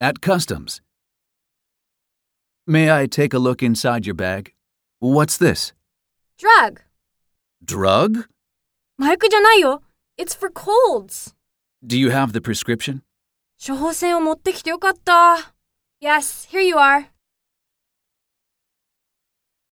At customs. May I take a look inside your bag? What's this? Drug. Drug? 麻薬じゃないよ。It's for colds. Do you have the prescription? 処方箋を持ってきてよかった。Yes, here you are.